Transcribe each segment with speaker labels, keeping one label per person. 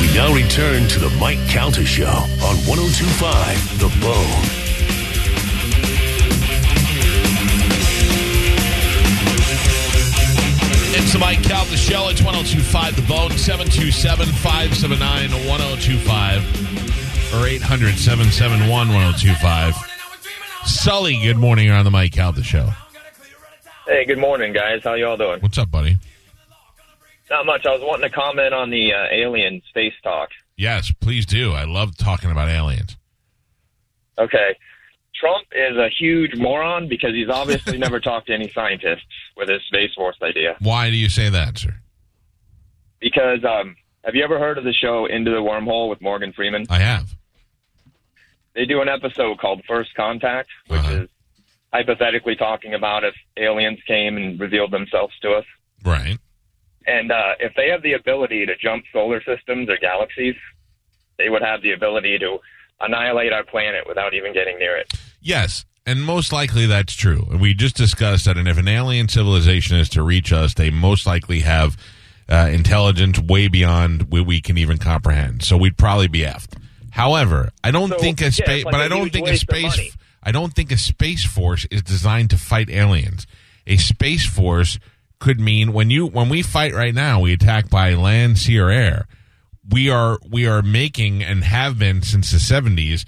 Speaker 1: We now return to the Mike Calta Show on 1025 The Bone.
Speaker 2: It's the Mike Cal, the show. oh It's 1025 The Bone, 727 579 1025 or 800 771 1025. Sully, good morning. You're on the Mike Cal, the show.
Speaker 3: Hey, good morning, guys. How y'all doing?
Speaker 2: What's up, buddy?
Speaker 3: Not much. I was wanting to comment on the uh, alien space talk.
Speaker 2: Yes, please do. I love talking about aliens.
Speaker 3: Okay. Trump is a huge moron because he's obviously never talked to any scientists with his Space Force idea.
Speaker 2: Why do you say that, sir?
Speaker 3: Because, um, have you ever heard of the show Into the Wormhole with Morgan Freeman?
Speaker 2: I have.
Speaker 3: They do an episode called First Contact, which
Speaker 2: Uh-huh.
Speaker 3: is hypothetically talking about if aliens came and revealed themselves to us.
Speaker 2: Right.
Speaker 3: And uh, if they have the ability to jump solar systems or galaxies, they would have the ability to annihilate our planet without even getting near it.
Speaker 2: Yes, and most likely that's true. And we just discussed that. And if an alien civilization is to reach us, they most likely have uh, intelligence way beyond what we can even comprehend. So we'd probably be effed. However, I don't
Speaker 3: So,
Speaker 2: think
Speaker 3: yeah,
Speaker 2: a
Speaker 3: it's
Speaker 2: space,
Speaker 3: like
Speaker 2: but
Speaker 3: a
Speaker 2: I don't
Speaker 3: huge
Speaker 2: think a
Speaker 3: waste of
Speaker 2: space,
Speaker 3: money.
Speaker 2: I don't think a space force is designed to fight aliens. A space force could mean when you when we fight right now, we attack by land, sea, or air. We are we are making and have been since the seventies.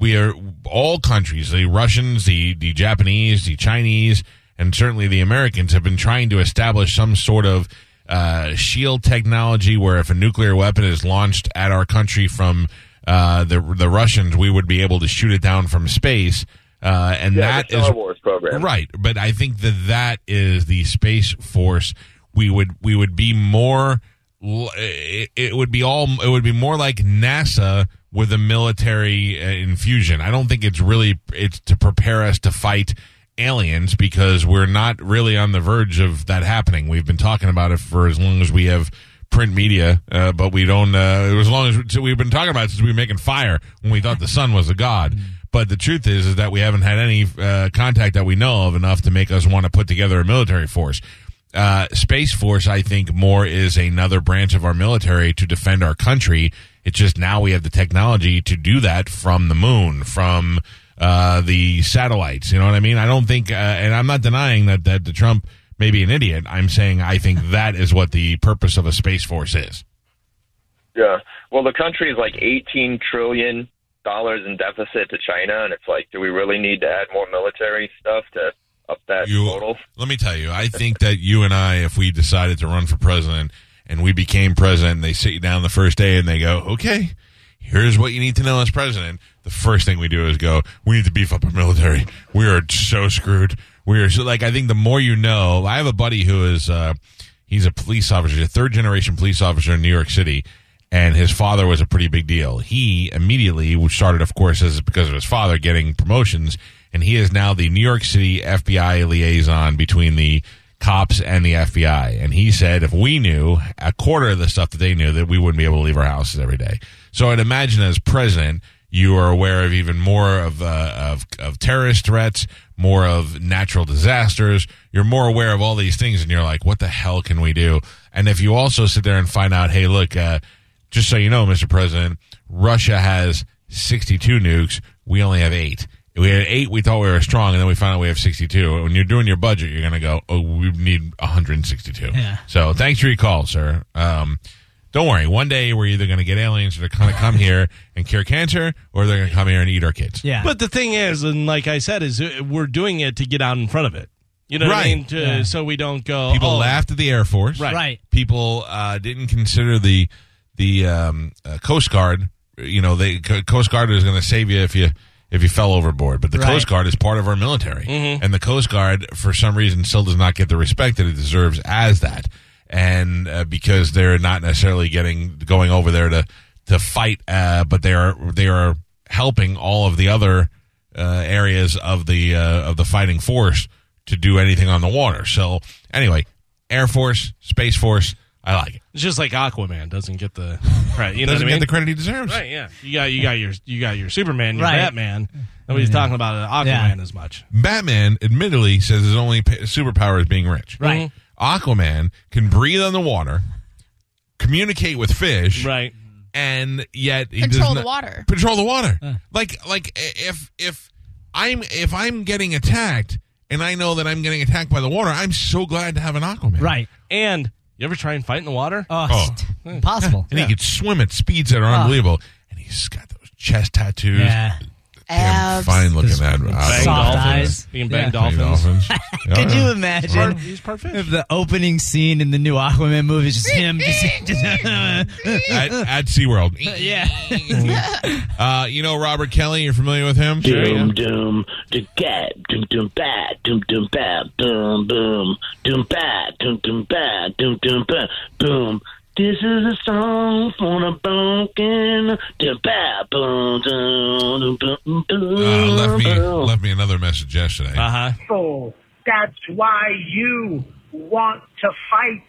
Speaker 2: We are all countries, the Russians, the the Japanese, the Chinese, and certainly the Americans have been trying to establish some sort of uh, shield technology where if a nuclear weapon is launched at our country from uh, the the Russians, we would be able to shoot it down from space. Uh, and
Speaker 3: Yeah,
Speaker 2: that
Speaker 3: the
Speaker 2: is
Speaker 3: Star Wars program.
Speaker 2: right. But I think that that is the space force. We would we would be more. l- It, it would be all. It would be more like NASA with a military uh, infusion. I don't think it's really it's to prepare us to fight aliens because we're not really on the verge of that happening. We've been talking about it for as long as we have print media, uh, but we don't. Uh, as long as so we've been talking about it since we were making fire when we thought the sun was a god. But the truth is, is that we haven't had any uh, contact that we know of enough to make us want to put together a military force. Uh, Space Force, I think, more is another branch of our military to defend our country. It's just now we have the technology to do that from the moon, from uh, the satellites. You know what I mean? I don't think, uh, and I'm not denying that that the Trump may be an idiot. I'm saying I think that is what the purpose of a space force is.
Speaker 3: Yeah. Well, the country is like eighteen trillion dollars in deficit to China, and it's like, do we really need to add more military stuff to up that
Speaker 2: You-
Speaker 3: total?
Speaker 2: Let me tell you, I think that you and I, if we decided to run for president and we became president, and they sit you down the first day and they go, okay, here's what you need to know as president. The first thing we do is go, we need to beef up our military. We are so screwed. We are so, like, I think the more you know, I have a buddy who is, uh, he's a police officer, a third generation police officer in New York City. And his father was a pretty big deal. He immediately started, of course, as because of his father getting promotions, and he is now the New York City FBI liaison between the cops and the FBI. And he said, if we knew a quarter of the stuff that they knew, that we wouldn't be able to leave our houses every day. So I'd imagine as president, you are aware of even more of uh, of of terrorist threats, more of natural disasters. You're more aware of all these things, and you're like, "What the hell can we do?" And if you also sit there and find out, "Hey, look, uh, just so you know, Mr. President, Russia has 62 nukes. We only have eight. We had eight. We thought we were strong, and then we found out we have 62. When you're doing your budget, you're going to go, "Oh, we need 162."
Speaker 4: Yeah.
Speaker 2: So thanks for your call, sir. Um, don't worry. One day we're either going to get aliens that are going to come here and cure cancer, or they're going to come here and eat our kids.
Speaker 4: Yeah.
Speaker 5: But the thing is, and like I said, is uh, we're doing it to get out in front of it. You know what I
Speaker 2: Right.
Speaker 5: mean? To,
Speaker 4: Yeah.
Speaker 5: So we don't go.
Speaker 2: People
Speaker 5: oh,
Speaker 2: laughed at the Air Force.
Speaker 5: Right.
Speaker 4: right.
Speaker 2: people uh, didn't consider the the um, uh, Coast Guard. You know, the Co- Coast Guard is going to save you if you if you fell overboard. But the
Speaker 4: Right.
Speaker 2: Coast Guard is part of our
Speaker 5: Mm-hmm.
Speaker 2: military, and the Coast Guard, for some reason, still does not get the respect that it deserves as that. and uh, because they're not necessarily getting going over there to to fight, uh, but they are they are helping all of the other uh, areas of the uh, of the fighting force to do anything on the water. So anyway, Air Force, Space Force, I like it.
Speaker 5: It's just like Aquaman doesn't get the right. You know
Speaker 2: Doesn't
Speaker 5: what I mean?
Speaker 2: get the credit he deserves.
Speaker 5: right? Yeah. You got you got your you got your Superman, your
Speaker 4: Right.
Speaker 5: Batman. Nobody's talking about an Aquaman as much.
Speaker 2: Batman admittedly says his only pa- superpower is being rich.
Speaker 4: Right.
Speaker 2: Aquaman can breathe on the water, communicate with fish,
Speaker 5: Right.
Speaker 2: and yet he
Speaker 6: Control
Speaker 2: does
Speaker 6: the
Speaker 2: not-
Speaker 6: water.
Speaker 2: Control the water.
Speaker 4: Uh.
Speaker 2: Like like i- if if I'm if I'm getting attacked and I know that I'm getting attacked by the water, I'm so glad to have an Aquaman.
Speaker 4: Right.
Speaker 5: And you ever try and fight in the water?
Speaker 4: Oh,
Speaker 2: Oh.
Speaker 4: st- impossible.
Speaker 2: And he could swim at speeds that are unbelievable. And he's got those chest tattoos.
Speaker 4: Ah. yeah.
Speaker 2: Damn
Speaker 6: Abs.
Speaker 2: fine looking that. uh,
Speaker 4: Bang
Speaker 5: dolphins.
Speaker 4: soft eyes.
Speaker 5: Being
Speaker 4: Yeah.
Speaker 5: bang
Speaker 2: Bang
Speaker 5: dolphins.
Speaker 2: dolphins.
Speaker 4: Could you
Speaker 2: Yeah.
Speaker 4: imagine
Speaker 5: He's part fish.
Speaker 4: if the opening scene in the new Aquaman movie is just him? Just, just-
Speaker 2: at, at SeaWorld.
Speaker 4: yeah.
Speaker 2: Uh, you know Robert Kelly, you're familiar with him?
Speaker 7: Doom, doom, da gat, doom, doom, bat, doom, doom, bat, boom, boom, doom, bat, doom, doom, bat, doom, doom, bat, boom. This is a song for the broken, doom, bat, boom, doom, doom, boom,
Speaker 2: Uh,
Speaker 7: boom,
Speaker 2: left me
Speaker 7: boom.
Speaker 2: left me another message yesterday.
Speaker 5: Uh huh.
Speaker 8: fool. That's why you want to fight,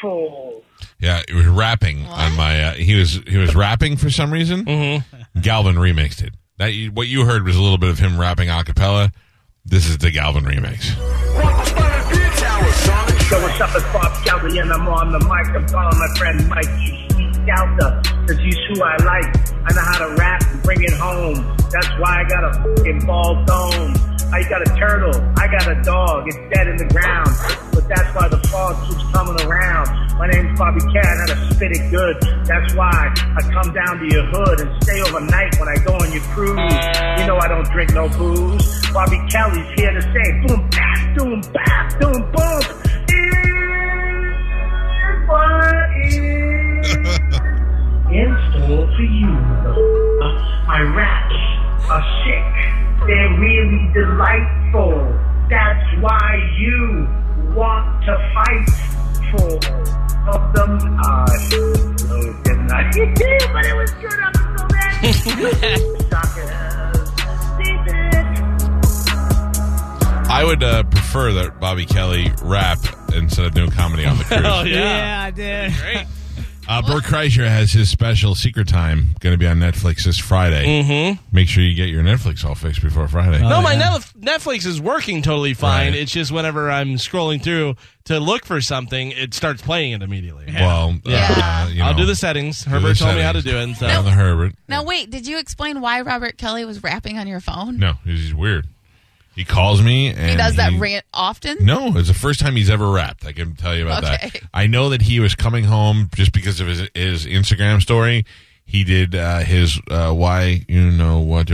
Speaker 8: fool.
Speaker 2: Yeah, he was rapping on my. Uh, he was he was rapping for some reason. Mm-hmm. Galvin remixed it. That you- what you heard was a little bit of him rapping a cappella. This is the Galvin remix.
Speaker 8: So what's up, it's Bob Kelly, and I'm on the mic. I'm calling my friend Mike. You sweet Delta, cause you's who I like. I know how to rap and bring it home. That's why I got a fucking ball dome. I got a turtle, I got a dog, it's dead in the ground. But that's why the fog keeps coming around. My name's Bobby Cat, and I spit it good. That's why I come down to your hood and stay overnight when I go on your cruise. You know I don't drink no booze. Bobby Kelly's here to say boom, bap, boom, bap, boom, boom. Here's what is in store for you. motherfucker. My raps are sick. They're really delightful. That's why you want to fight for of them. Ah, no, didn't I? but it was good. I'm so mad. Suckers. Did it.
Speaker 2: I would uh, prefer that Bobby Kelly rap instead of doing comedy on the cruise.
Speaker 5: Oh
Speaker 4: yeah,
Speaker 5: yeah.
Speaker 4: dude.
Speaker 5: Great.
Speaker 2: Uh, Bert Kreischer has his special Secret Time going to be on Netflix this Friday.
Speaker 5: Mm-hmm. Oh,
Speaker 2: Make sure you get your Netflix all fixed before Friday.
Speaker 5: No, my
Speaker 4: yeah.
Speaker 5: Netf- Netflix is working totally fine.
Speaker 2: Oh, Right.
Speaker 5: It's just whenever I'm scrolling through to look for something, it starts playing it immediately.
Speaker 2: Well,
Speaker 6: Yeah.
Speaker 2: uh, you know,
Speaker 5: I'll do the settings. Herbert
Speaker 2: the
Speaker 5: told me how to
Speaker 2: settings.
Speaker 5: do it. And so.
Speaker 2: Down the Herbert.
Speaker 6: Now, wait, did you explain why Robert Kelly was rapping on your phone?
Speaker 2: No, he's weird. He calls me and
Speaker 6: He does that
Speaker 2: he-
Speaker 6: rant often?
Speaker 2: No, it's the first time he's ever rapped. I can tell you about
Speaker 6: Okay.
Speaker 2: that. I know that he was coming home just because of his his Instagram story. He did uh, his uh, Y you know what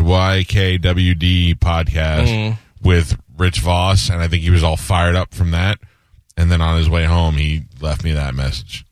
Speaker 2: YKWd podcast with Rich Voss, and I think he was all fired up from that. And then on his way home, he left me that message.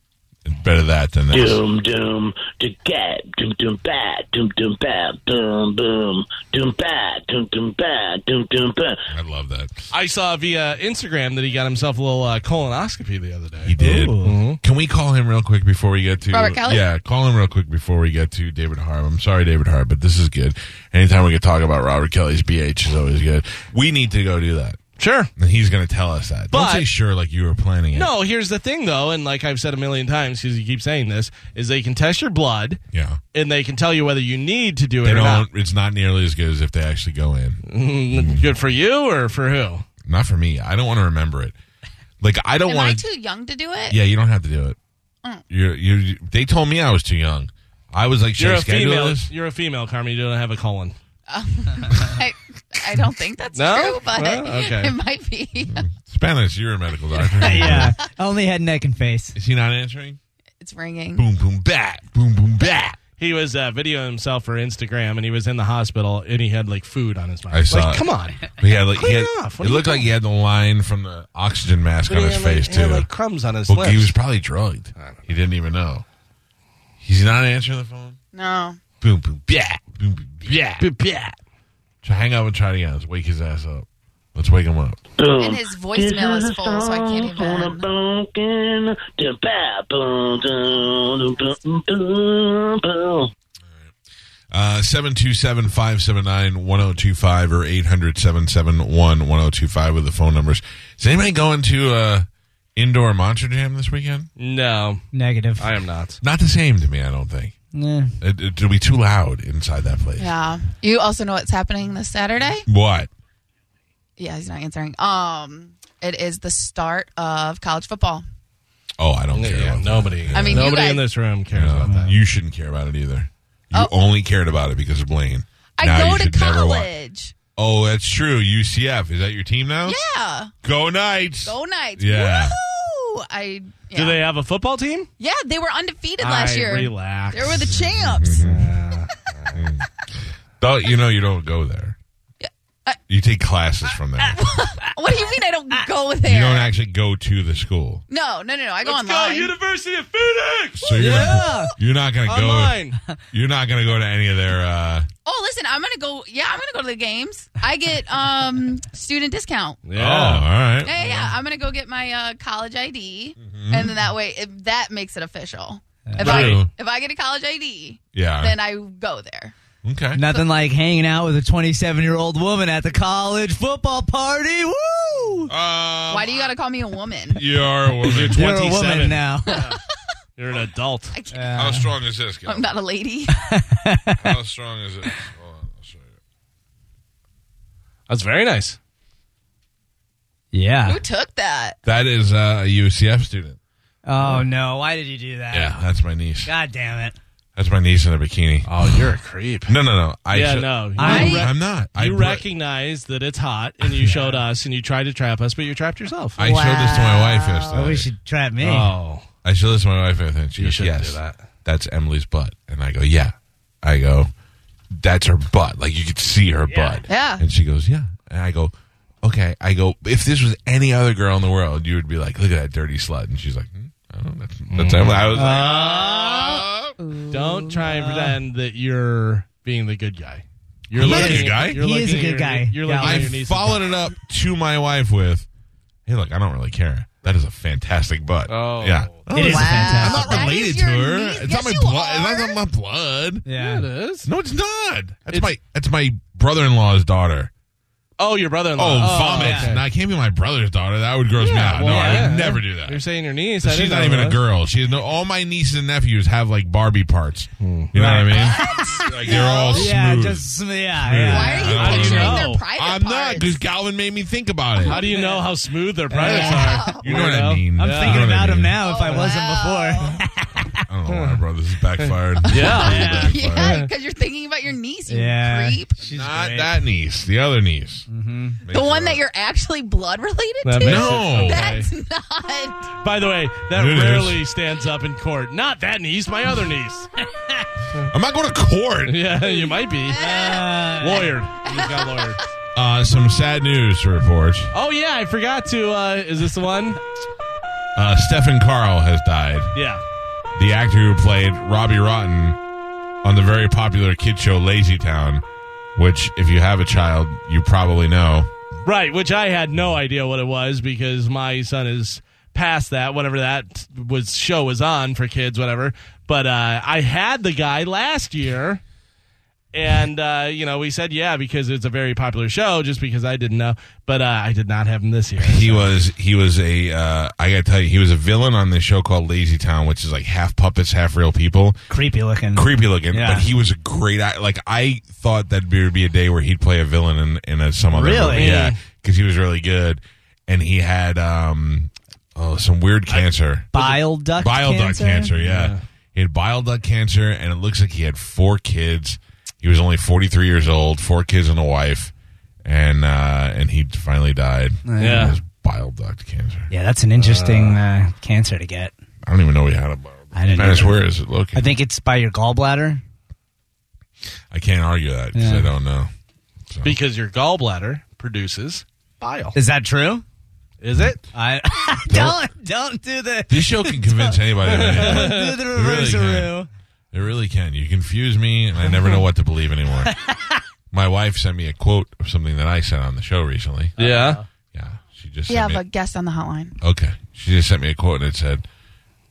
Speaker 2: Better that than this.
Speaker 7: Doom, doom, da gat, doom, doom, bat, doom, doom, bat, boom, boom, doom, bat, doom, doom, bat, doom, doom, bat.
Speaker 2: I love that.
Speaker 5: I saw via Instagram that he got himself a little uh, colonoscopy the other day.
Speaker 2: He did. Mm-hmm. Can we call him real quick before we get to
Speaker 6: Robert Kelly?
Speaker 2: Yeah, call him real quick before we get to David Harb. I'm sorry, David Harb, but this is good. Anytime we can talk about Robert Kelly's BH is always good. We need to go do that,
Speaker 5: Sure.
Speaker 2: and he's going to tell us that. Don't
Speaker 5: But-
Speaker 2: say sure like you were planning it.
Speaker 5: No, here's the thing though, and like I've said a million times because you keep saying this, is they can test your blood
Speaker 2: Yeah.
Speaker 5: and they can tell you whether you need to do it
Speaker 2: They
Speaker 5: or
Speaker 2: don't. It's not nearly as good as if they actually go in.
Speaker 5: not. Mm, Good for you or for who?
Speaker 2: Not for me. I don't want to remember it. Like I don't
Speaker 6: Am I
Speaker 2: want.
Speaker 6: too Mm. young to do it?
Speaker 2: Yeah, you don't have to do it. You're, you They told me I was too young. I was like, should
Speaker 5: You're
Speaker 2: I
Speaker 5: a
Speaker 2: schedule
Speaker 5: female.
Speaker 2: this?
Speaker 5: You're a female, Carmen. You don't have a colon.
Speaker 6: I, I don't think that's
Speaker 5: No?
Speaker 6: true, but
Speaker 5: Well, okay.
Speaker 6: it might be.
Speaker 2: Spanish. You're a medical doctor.
Speaker 4: yeah. Only head, neck, and face.
Speaker 2: Is he not answering?
Speaker 6: it's ringing.
Speaker 2: boom boom bat boom boom bat
Speaker 5: He was uh, videoing himself for Instagram, and he was in the hospital, and he had like food on his mouth.
Speaker 2: I saw
Speaker 5: Like,
Speaker 2: it.
Speaker 5: come on,
Speaker 2: he had like he
Speaker 5: Clean
Speaker 2: had,
Speaker 5: it off. What are
Speaker 2: it
Speaker 5: you
Speaker 2: looked like he had the line from the oxygen mask
Speaker 5: But
Speaker 2: on
Speaker 5: he
Speaker 2: his
Speaker 5: had, like-
Speaker 2: face
Speaker 5: he had,
Speaker 2: too
Speaker 5: like crumbs on his
Speaker 2: well
Speaker 5: lips.
Speaker 2: he was probably drugged he didn't even know he's not answering the phone
Speaker 6: No.
Speaker 2: boom boom bat boom boom bat
Speaker 5: yeah.
Speaker 2: so hang up and try it again let's wake his ass up Let's wake him up.
Speaker 7: boom.
Speaker 6: And his voicemail is full, so I can't even-
Speaker 7: even.
Speaker 2: Uh, 727-579-1025 or 800-771-1025 with the phone numbers. Is anybody going to uh, indoor monster jam this weekend?
Speaker 5: No,
Speaker 4: Negative.
Speaker 5: I am not.
Speaker 2: Not the same to me, I don't think.
Speaker 4: Nah.
Speaker 2: It, it'll be too loud inside that place.
Speaker 6: Yeah. You also know what's happening this Saturday?
Speaker 2: What?
Speaker 6: Yeah, he's not answering. Um, it is the start of college football.
Speaker 2: Oh, I don't care.
Speaker 5: Yeah,
Speaker 2: about
Speaker 5: nobody.
Speaker 6: I mean, you
Speaker 5: nobody
Speaker 6: guys-
Speaker 5: in this room
Speaker 2: that.
Speaker 5: cares about
Speaker 2: No,
Speaker 5: that.
Speaker 2: you shouldn't care about it either. You
Speaker 6: Oh.
Speaker 2: only cared about it because of Blaine. Now
Speaker 6: I
Speaker 2: you
Speaker 6: go to
Speaker 2: should never wa-
Speaker 6: college.
Speaker 2: Oh, that's true. UCF. Is that your team now?
Speaker 6: Yeah.
Speaker 2: Go Knights.
Speaker 6: Go Knights.
Speaker 2: Yeah.
Speaker 6: Woohoo! I yeah.
Speaker 5: Do they have a football team?
Speaker 6: yeah, they were undefeated last
Speaker 5: I
Speaker 6: year.
Speaker 5: Relax.
Speaker 6: They were the champs.
Speaker 2: Don't- you know you don't go there. You take classes from there.
Speaker 6: what do you mean I don't go there?
Speaker 2: Ah, You don't actually go to the school.
Speaker 6: no, no, no, no. I go
Speaker 5: Let's
Speaker 6: online.
Speaker 5: go University of Phoenix.
Speaker 2: So you're, you're not going to go.
Speaker 5: Online.
Speaker 2: You're not going to go to any of their. Uh,
Speaker 6: oh, listen, I'm gonna go. Yeah, I'm gonna go to the games. I get um student discount.
Speaker 2: Oh, all right.
Speaker 6: Yeah, yeah, yeah. I'm gonna go get my uh, college ID, and then that way it, that makes it official. If
Speaker 2: Mm-hmm. True.
Speaker 6: I if I get a college ID,
Speaker 2: Yeah.
Speaker 6: then I go there.
Speaker 2: okay.
Speaker 4: Nothing like hanging out with a 27 year old woman at the college football party. Woo!
Speaker 2: Um,
Speaker 6: Why do you gotta call me a woman?
Speaker 2: You're a woman.
Speaker 4: You're a
Speaker 5: 27.
Speaker 4: woman now.
Speaker 5: You're an adult.
Speaker 6: I can't,
Speaker 2: How strong is this guy?
Speaker 6: I'm not a lady.
Speaker 2: How strong is it? Oh, Hold on, I'll show you.
Speaker 5: That's very nice.
Speaker 4: yeah.
Speaker 6: Who took that?
Speaker 2: That is uh, a UCF student.
Speaker 4: Oh no! Why did you do that?
Speaker 2: Yeah, that's my niece.
Speaker 4: God damn it!
Speaker 2: That's my niece in a bikini.
Speaker 5: Oh, you're a creep.
Speaker 2: No, no, no. I
Speaker 5: yeah,
Speaker 2: should-
Speaker 5: no. You,
Speaker 4: I-
Speaker 5: rec-
Speaker 2: I'm not. I
Speaker 5: you
Speaker 2: br-
Speaker 5: recognize that it's hot, and you showed us, and you tried to trap us, but you trapped yourself.
Speaker 2: I showed this to my wife yesterday.
Speaker 4: Oh, we should trap me.
Speaker 5: oh,
Speaker 2: I showed this to my wife yesterday, and she
Speaker 5: You
Speaker 2: goes,
Speaker 5: shouldn't
Speaker 2: "Yes,
Speaker 5: do that.
Speaker 2: that's Emily's butt." And I go, "Yeah." I go, "That's her butt. Like you could see her butt."
Speaker 6: Yeah.
Speaker 2: And she goes, "Yeah." And I go, "Okay." I go, "If this was any other girl in the world, you would be like, look at that dirty slut." And she's like, hmm, "I don't know. That's, that's Emily." I was like,
Speaker 5: don't try and pretend that you're being the good guy. You're
Speaker 2: I'm not
Speaker 5: looking
Speaker 2: a good
Speaker 5: at-
Speaker 2: guy.
Speaker 5: You're
Speaker 4: He
Speaker 5: looking
Speaker 4: is a
Speaker 5: at
Speaker 4: good
Speaker 5: your-
Speaker 4: guy.
Speaker 5: You're
Speaker 4: Yeah.
Speaker 5: looking at
Speaker 2: I
Speaker 5: your niece's
Speaker 2: followed it up to my wife with, "Hey, look, I don't really care. That is a fantastic butt."
Speaker 5: Oh.
Speaker 2: yeah.
Speaker 4: It is a
Speaker 2: I'm
Speaker 4: fantastic.
Speaker 2: not
Speaker 6: That
Speaker 2: related
Speaker 6: is
Speaker 2: to
Speaker 6: your
Speaker 2: her.
Speaker 6: niece.
Speaker 2: It's
Speaker 6: Yes,
Speaker 2: not my
Speaker 6: you
Speaker 2: blood.
Speaker 6: are.
Speaker 2: It's not my blood.
Speaker 5: butt.
Speaker 4: Yeah.
Speaker 5: It is.
Speaker 2: No, it's not. That's my that's my brother in law's daughter.
Speaker 5: Oh, your
Speaker 2: Oh,
Speaker 5: brother-in-law.
Speaker 2: vomit!
Speaker 5: okay.
Speaker 2: No, I can't be my brother's daughter. That would gross me
Speaker 5: Yeah,
Speaker 2: out.
Speaker 5: well,
Speaker 2: no, I
Speaker 5: yeah.
Speaker 2: would never do that.
Speaker 5: You're saying your niece. I
Speaker 2: She's
Speaker 5: didn't
Speaker 2: not
Speaker 5: know
Speaker 2: even a
Speaker 5: that.
Speaker 2: girl. She's no. All my nieces and nephews have like Barbie parts. You know what I mean? like they're all
Speaker 4: Yeah,
Speaker 2: smooth.
Speaker 4: just yeah, yeah.
Speaker 6: Why are you
Speaker 2: I don't
Speaker 6: picturing
Speaker 5: know.
Speaker 6: their private
Speaker 2: I'm not
Speaker 6: parts?
Speaker 2: because Galvin made me think about it.
Speaker 5: How do you know how smooth their privates are?
Speaker 2: You know what I
Speaker 5: Weirdo.
Speaker 2: mean?
Speaker 4: I'm
Speaker 2: Yeah.
Speaker 4: thinking
Speaker 2: You know what I
Speaker 4: about him
Speaker 2: mean?
Speaker 4: now. If I wasn't
Speaker 6: wow.
Speaker 4: before.
Speaker 2: I don't know why, bro. This is backfired.
Speaker 5: Yeah.
Speaker 2: Really backfired.
Speaker 6: Yeah, because you're thinking about your niece, you
Speaker 4: yeah.
Speaker 6: creep.
Speaker 4: She's
Speaker 2: Not
Speaker 4: great.
Speaker 2: that niece. The other niece. Mm-hmm.
Speaker 6: The one that you're actually blood related
Speaker 5: That
Speaker 6: to?
Speaker 5: makes
Speaker 2: No.
Speaker 5: it- okay.
Speaker 6: That's not.
Speaker 5: By the way, that
Speaker 2: It is.
Speaker 5: rarely stands up in court. Not that niece, my other niece.
Speaker 2: I'm not going to court.
Speaker 5: yeah, you might be. lawyered. You just got lawyered.
Speaker 2: Uh, some sad news to report.
Speaker 5: Oh, yeah, I forgot to. Uh, is this the one?
Speaker 2: Uh, Stephen Carl has died.
Speaker 5: Yeah.
Speaker 2: The actor who played Robbie Rotten on the very popular kid show Lazy Town, which, if you have a child, you probably know.
Speaker 5: Right, which I had no idea what it was because my son is past that, whatever that was show was on for kids, whatever. But uh, I had the guy last year, and uh, you know we said yeah because it's a very popular show. Just because I didn't know, but uh, I did not have him this year.
Speaker 2: He was he was a uh, I gotta tell you he was a villain on this show called Lazy Town, which is like half puppets, half real people.
Speaker 4: creepy looking.
Speaker 2: creepy looking,
Speaker 4: Yeah.
Speaker 2: but he was a great act. Like I thought that there would be a day where he'd play a villain in, in a, some other
Speaker 4: Really?
Speaker 2: movie. yeah, because he was really good, and he had um oh some weird cancer,
Speaker 4: Bile duct.
Speaker 2: bile duct
Speaker 4: cancer?
Speaker 2: cancer. Yeah. he had bile duct cancer, and it looks like he had four kids. He was only forty three years old, four kids and a wife, and uh and he finally died.
Speaker 5: Yeah.
Speaker 2: It was bile duct cancer.
Speaker 4: Yeah, that's an interesting uh, cancer to get.
Speaker 2: I don't even know we had a bile.
Speaker 4: I didn't
Speaker 2: Dennis,
Speaker 4: either.
Speaker 2: where is it located?
Speaker 4: I think it's by your gallbladder.
Speaker 2: I can't argue that because
Speaker 4: Yeah.
Speaker 2: I don't know.
Speaker 5: because your gallbladder produces bile.
Speaker 4: Is that true?
Speaker 5: Is it?
Speaker 4: I don't don't do the
Speaker 2: This show can convince anybody. of anything.
Speaker 4: do the reverse
Speaker 2: can. It really can. You confuse me, and I never know what to believe anymore. My wife sent me a quote of something that I said on the show recently.
Speaker 5: Yeah.
Speaker 2: Yeah, she just
Speaker 6: We have
Speaker 2: sent
Speaker 6: a
Speaker 2: me,
Speaker 6: guest on the hotline.
Speaker 2: okay. She just sent me a quote and it said,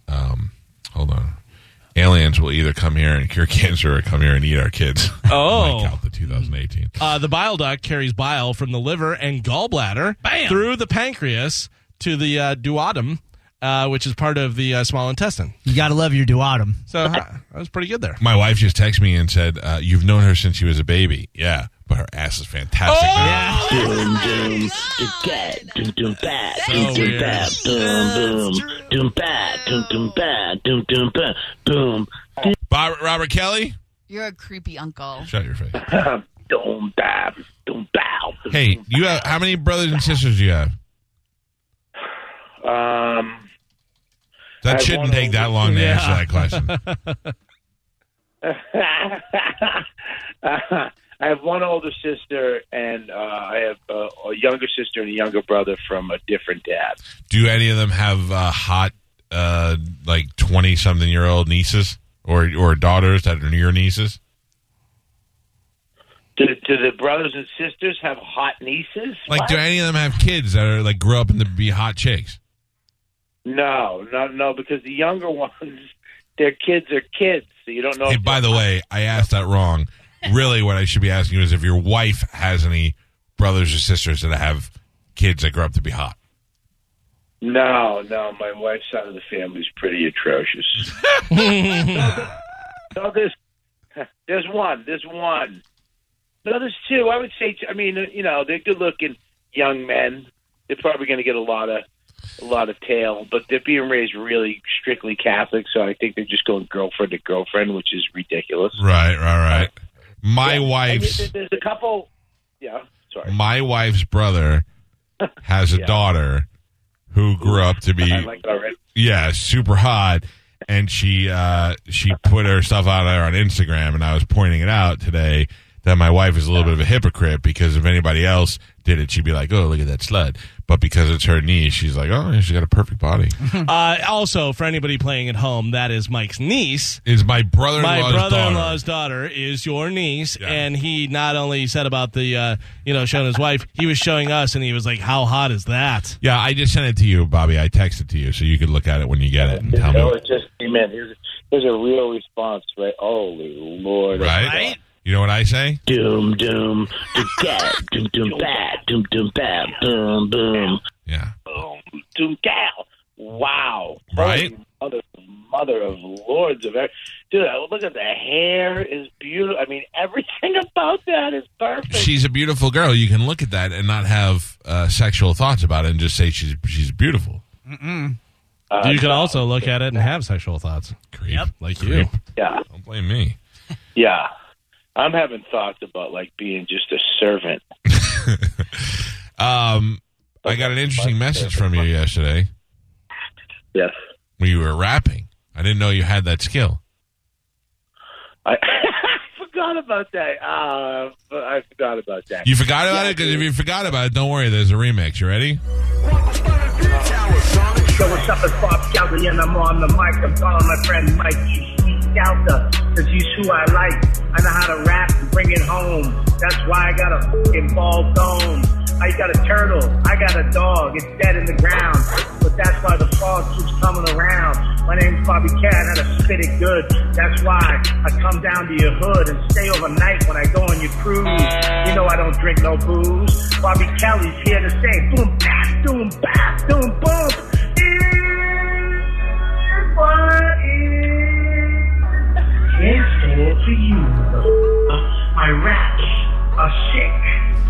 Speaker 2: um, "Hold on, aliens will either come here and cure cancer or come here and eat our kids."
Speaker 5: Oh.
Speaker 2: Mike out the 2018.
Speaker 5: Uh, the bile duct carries bile from the liver and gallbladder through the pancreas to the uh, duodenum, uh, which is part of the uh, small intestine.
Speaker 4: You got to love your duodenum.
Speaker 5: So I I was pretty good there.
Speaker 2: My wife just texted me and said, uh, "You've known her since she was a baby." Yeah, but her ass is fantastic. now.
Speaker 7: Doom doom the cat doom doom bat doom doom
Speaker 5: weird.
Speaker 7: bat boom boom
Speaker 5: Um,
Speaker 7: doom bat doom doom bat doom doom bat boom
Speaker 2: Bob- Robert Kelly,
Speaker 6: You're a creepy uncle.
Speaker 2: shut your face.
Speaker 7: doom bat doom bow.
Speaker 2: Hey, you have how many brothers and sisters do you have?
Speaker 3: Um, I
Speaker 2: That shouldn't
Speaker 3: wanna-
Speaker 2: take that long to
Speaker 5: Yeah.
Speaker 2: answer that question.
Speaker 3: I have one older sister, and uh, I have uh, a younger sister and a younger brother from a different dad.
Speaker 2: Do any of them have uh, hot, uh, like twenty something year old nieces or or daughters that are your nieces?
Speaker 3: Do, do the brothers and sisters have hot nieces?
Speaker 2: Like, do any of them have kids that are like grow up and to be hot chicks?
Speaker 3: No, no, no, because the younger ones, their kids are kids, so you don't know.
Speaker 2: Hey,
Speaker 3: if
Speaker 2: by the way, I asked that wrong. Really, what I should be asking is if your wife has any brothers or sisters that have kids that grow up to be hot.
Speaker 3: No, no, my wife's side of the family's pretty atrocious. no, there's there's one, there's one. No, there's two. I would say. Two. I mean, you know, they're good looking young men. They're probably going to get a lot of a lot of tail, but they're being raised really strictly Catholic, so I think they're just going girlfriend to girlfriend, which is ridiculous.
Speaker 2: Right, right, right. My
Speaker 3: Yeah, and
Speaker 2: wife's.
Speaker 3: there- There's a couple. Yeah, sorry.
Speaker 2: my wife's brother has a
Speaker 3: Yeah.
Speaker 2: daughter who grew up to be
Speaker 3: I like that already.
Speaker 2: yeah super hot and she uh she put her stuff out there on instagram and i was pointing it out today that my wife is a little bit of a hypocrite because if anybody else did it she'd be like oh look at that slut but because it's her niece she's like oh she's got a perfect body
Speaker 5: Uh, also, for anybody playing at home, that is Mike's niece.
Speaker 2: is my brother-in-law's
Speaker 5: My
Speaker 2: daughter
Speaker 5: brother-in-law's daughter is your niece,
Speaker 2: Yeah.
Speaker 5: and he not only said about the, uh, you know, showing his wife, he was showing us, and he was like, "How hot is that?"
Speaker 2: yeah i just sent it to you bobby i texted to you so you could look at it when you get it and tell
Speaker 3: No,
Speaker 2: me
Speaker 3: Oh, it just came in. Here's, here's a real response, right? Holy Lord.
Speaker 2: right you know what i say
Speaker 7: doom doom the cat doom doom bat doom doom bat boom boom
Speaker 2: yeah
Speaker 3: Boom. Doom gal. Wow.
Speaker 2: Right?
Speaker 3: Holy Mother, mother of lords of every. Dude, I- look at the hair is beautiful. I mean, everything about that is perfect.
Speaker 2: she's a beautiful girl. You can look at that and not have uh, sexual thoughts about it, and just say she's she's beautiful.
Speaker 5: you can also look at it and have sexual thoughts.
Speaker 2: Creep.
Speaker 4: Yep.
Speaker 5: Like
Speaker 2: Creep.
Speaker 3: yeah,
Speaker 2: Don't blame me.
Speaker 3: yeah. I'm having thoughts about like being just a servant.
Speaker 2: Um, I got an interesting message from you yesterday
Speaker 3: Yes.
Speaker 2: when you were rapping. I didn't know you had that skill.
Speaker 3: I, I forgot about that. Uh, I forgot about that.
Speaker 2: You forgot about it because if you forgot about it, don't worry. There's a remix. You ready?
Speaker 8: So what's up, it's Bob Kelly, and I'm on the mic. I'm calling my friend Mike Scalta, cause he's who I like. I know how to rap and bring it home. That's why I got a fucking ball dome. I got a turtle, I got a dog, it's dead in the ground. But that's why the fog keeps coming around. My name's Bobby Cat, and I spit it good. That's why I come down to your hood and stay overnight when I go on your cruise. You know I don't drink no booze. Bobby Kelly's here to say, boom, bap, boom, bap, boom, boom. Is what is in store for you. Uh, My raps are sick.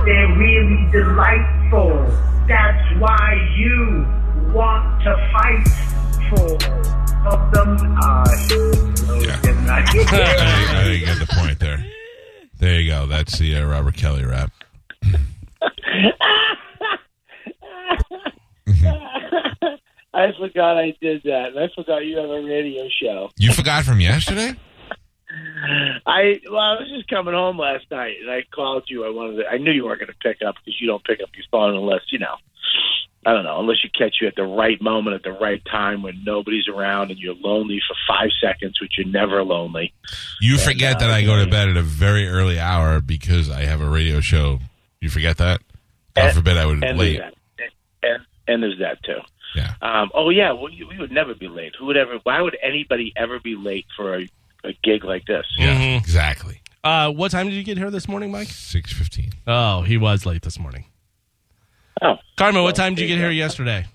Speaker 8: They're really delightful. That's why you want to fight for of them. Uh,
Speaker 2: Yeah.
Speaker 8: didn't
Speaker 2: I
Speaker 8: I?
Speaker 2: think, I think you got the point there. There you go. That's the uh, Robert Kelly rap.
Speaker 3: I forgot I did that. And I forgot you have a radio show.
Speaker 2: You forgot from yesterday?
Speaker 3: I well, I was just coming home last night, and I called you. I wanted. To, I knew you weren't going to pick up because you don't pick up your phone unless you know. I don't know, unless you catch you at the right moment at the right time when nobody's around and you're lonely for five seconds, which you're never lonely.
Speaker 2: You forget that I go to bed at a very early hour because I have a radio show. You forget that? God
Speaker 3: And-
Speaker 2: forbid I would
Speaker 3: Eh, And
Speaker 2: late.
Speaker 3: there's that. And, and there's that too.
Speaker 2: Yeah.
Speaker 3: Um, oh yeah, well, you, we would never be late. Who would ever? Why would anybody ever be late for a, a gig like this?
Speaker 2: Yeah,
Speaker 5: Mhm.
Speaker 2: exactly.
Speaker 5: Uh, what time did you get here this morning, Mike?
Speaker 2: Six fifteen.
Speaker 5: Oh, he was late this morning.
Speaker 3: Oh,
Speaker 5: Carmen, what time did you
Speaker 3: there
Speaker 5: get
Speaker 3: you
Speaker 5: here
Speaker 3: go.
Speaker 5: yesterday?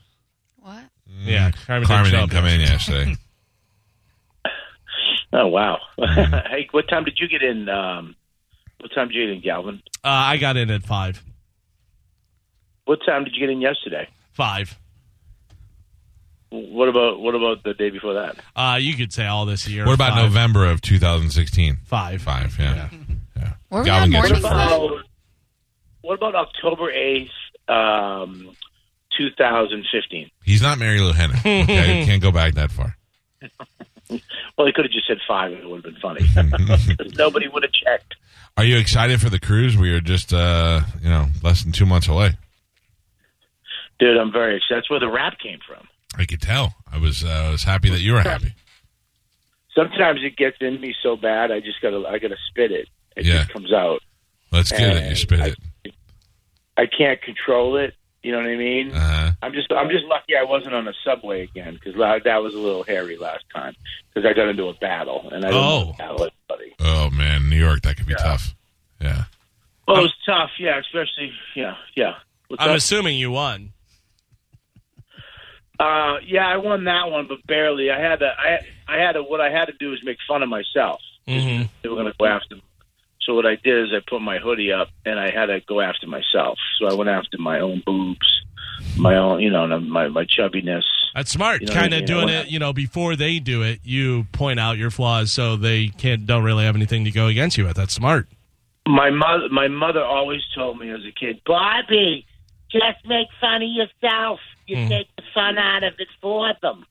Speaker 6: What?
Speaker 5: Mm-hmm. Yeah, Carmen,
Speaker 2: Carmen,
Speaker 5: show up
Speaker 2: didn't come in yesterday.
Speaker 3: oh wow. hey, what time did you get in? Um, what time did you get in, Galvin?
Speaker 5: Uh, I got in at five.
Speaker 3: What time did you get in yesterday?
Speaker 5: Five.
Speaker 3: What about what about the day before that?
Speaker 5: Uh, you could say all this year.
Speaker 2: what about
Speaker 5: Five.
Speaker 2: November of 2016?
Speaker 5: Five.
Speaker 2: Five. Yeah. yeah.
Speaker 6: Were we
Speaker 2: Galvin
Speaker 6: on morning
Speaker 2: gets it
Speaker 6: What about-
Speaker 3: Oh, what about October eighth, um, two thousand fifteen?
Speaker 2: He's not Mary Lou Henner. Okay, you can't go back that far.
Speaker 3: Well, they could have just said five, and it would have been funny. 'Cause Nobody would have checked.
Speaker 2: Are you excited for the cruise? We are just, uh, you know, less than two months away.
Speaker 3: Dude, I'm very excited. That's where the rap came from.
Speaker 2: I could tell. I was, uh, I was happy that you were happy.
Speaker 3: Sometimes it gets in me so bad, I just gotta, I gotta spit it. It
Speaker 2: Yeah.
Speaker 3: just comes out.
Speaker 2: That's good that you
Speaker 3: And
Speaker 2: spit
Speaker 3: I-
Speaker 2: it.
Speaker 3: I can't control it. You know what I mean?
Speaker 2: Uh,
Speaker 3: I'm just, I'm just lucky I wasn't on a subway again because that was a little hairy last time because I got into a battle and I didn't
Speaker 5: Oh.
Speaker 3: wanna battle anybody.
Speaker 2: oh man, New York, that could be tough. Yeah.
Speaker 3: Well, it was tough. Yeah, especially, yeah, yeah. What's
Speaker 5: I'm
Speaker 3: up?
Speaker 5: assuming you won.
Speaker 3: Uh, yeah, I won that one, but barely. I had to. I I had to. What I had to do was make fun of myself.
Speaker 5: Mhm.
Speaker 3: They were going to go after me. So what I did is I put my hoodie up and I had to go after myself. So I went after my own boobs, my own, you know, my my chubbiness.
Speaker 5: That's smart.
Speaker 3: You know what I
Speaker 5: kind of
Speaker 3: mean?
Speaker 5: doing
Speaker 3: Well-
Speaker 5: it, you know, before they do it, you point out your flaws so they can't don't really have anything to go against you with. That's smart.
Speaker 3: My mother, my mother always told me as a kid, Bobby, just make fun of yourself. You
Speaker 5: Mm.
Speaker 3: take the fun out of it for them.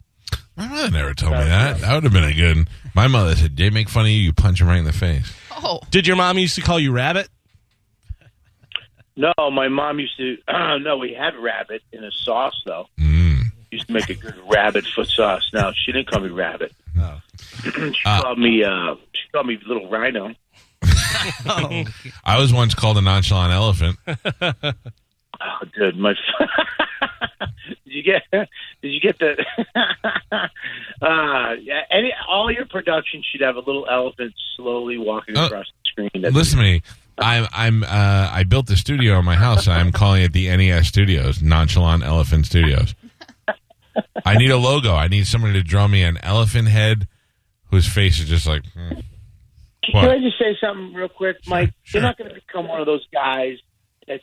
Speaker 2: My mother never told me that. That would have been a good. My mother said, "They make fun of you, you punch him right in the face."
Speaker 6: Oh,
Speaker 5: Did your mom used to call you rabbit?
Speaker 3: No, my mom used to. no, we had rabbit in a sauce though.
Speaker 2: Mm.
Speaker 3: used to make a good rabbit foot sauce. Now she didn't call me rabbit. she called me uh, she called me little rhino.
Speaker 2: I was once called a nonchalant elephant.
Speaker 3: Oh, dude, my did you get did you get the uh, yeah, any all your production should have a little elephant slowly walking
Speaker 2: Uh,
Speaker 3: across the screen. That's-
Speaker 2: Listen to me. I'm I'm uh, I built the studio in my house. I'm calling it the NES Studios, Nonchalant Elephant Studios. I need a logo. I need somebody to draw me an elephant head whose face is just like. hmm.
Speaker 3: Can
Speaker 2: What?
Speaker 3: I just say something real quick, Mike?
Speaker 2: sure.
Speaker 3: You're not going to become one of those guys that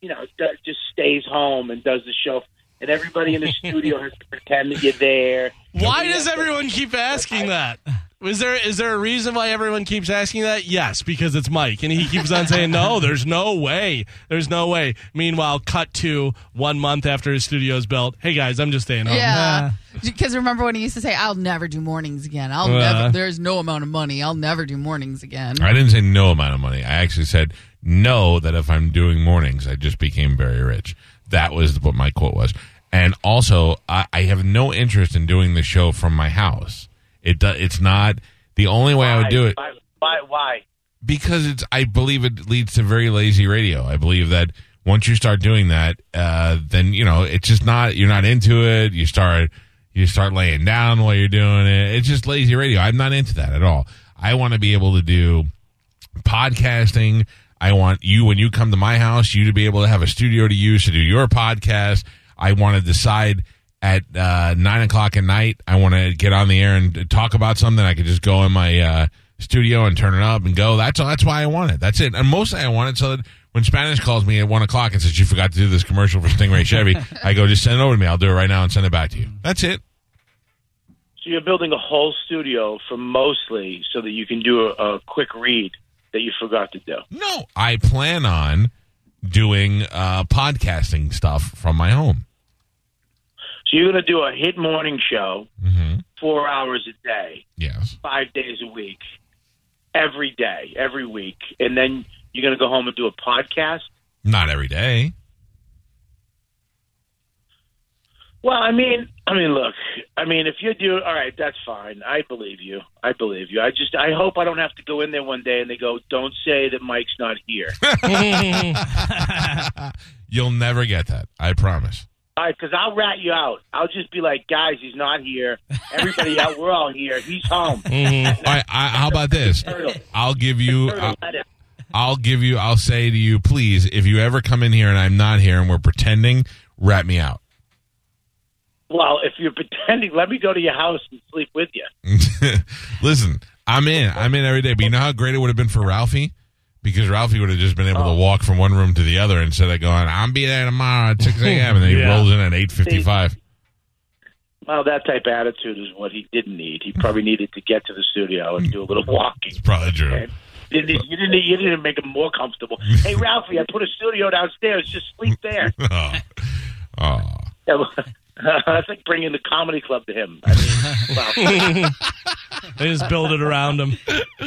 Speaker 3: you know that just stays home and does the show, and everybody in the studio has to pretend that you're there.
Speaker 5: Why does everyone keep asking that? Is there is there a reason why everyone keeps asking that? Yes, because it's Mike, and he keeps on saying no. There's no way. There's no way. Meanwhile, cut to one month after his studio's built. Hey guys, I'm just staying home.
Speaker 6: yeah. Because remember when he used to say, "I'll never do mornings again. I'll
Speaker 5: Uh.
Speaker 6: never. There's no amount of money. I'll never do mornings again."
Speaker 2: I didn't say no amount of money. I actually said no that if I'm doing mornings, I just became very rich. That was what my quote was. And also, I, I have no interest in doing the show from my house. It do, it's not the only way I would do it
Speaker 3: Why? Why? why?
Speaker 2: because it's. I believe it leads to very lazy radio. I believe that once you start doing that, uh, then you know it's just not. You're not into it. You start you start laying down while you're doing it. It's just lazy radio. I'm not into that at all. I want to be able to do podcasting. I want you when you come to my house, you to be able to have a studio to use to do your podcast. I want to decide at uh, nine o'clock at night. I want to get on the air and talk about something. I could just go in my uh, studio and turn it up and go. That's all. That's why I want it. That's it. And mostly I want it so that when Spanish calls me at one o'clock and says you forgot to do this commercial for Stingray Chevy, I go just send it over to me. I'll do it right now and send it back to you. That's it.
Speaker 3: So you're building a whole studio for mostly so that you can do a, a quick read that you forgot to do.
Speaker 2: No, I plan on doing uh, podcasting stuff from my home.
Speaker 3: So you're going to do a hit morning show,
Speaker 2: Mm-hmm.
Speaker 3: four hours a day,
Speaker 2: Yes.
Speaker 3: five days a week, every day, every week, and then you're going to go home and do a podcast.
Speaker 2: Not every day.
Speaker 3: Well, I mean, I mean, look, I mean, if you do, all right, that's fine. I believe you. I believe you. I just, I hope I don't have to go in there one day and they go, "Don't say that Mike's not here,"
Speaker 2: You'll never get that. I promise.
Speaker 3: all right? Because I'll rat you out. I'll just be like, "Guys, he's not here. Everybody out, we're all here. He's home."
Speaker 2: All right, I, how about this?
Speaker 3: Turtle.
Speaker 2: I'll give you.
Speaker 3: Turtle,
Speaker 2: I'll,
Speaker 3: let him.
Speaker 2: I'll give you. I'll say to you, please, if you ever come in here and I'm not here and we're pretending, rat me out.
Speaker 3: Well, if you're pretending, let me go to your house and sleep with you.
Speaker 2: Listen, I'm in. I'm in every day. But you know how great it would have been for Ralphie? Because Ralphie would have just been able to walk from one room to the other instead of going, I'll be there tomorrow at 6 a.m. And then he
Speaker 5: Yeah.
Speaker 2: rolls in at 8.55.
Speaker 3: Well, that type of attitude is what he didn't need. He probably needed to get to the studio and do a little walking.
Speaker 2: Probably true.
Speaker 3: And You didn't, you didn't. You didn't make him more comfortable. Hey, Ralphie, I put a studio downstairs. Just sleep there.
Speaker 2: Oh. Oh.
Speaker 3: That's like bringing the comedy club to him. I mean, well,
Speaker 5: They just build it around him.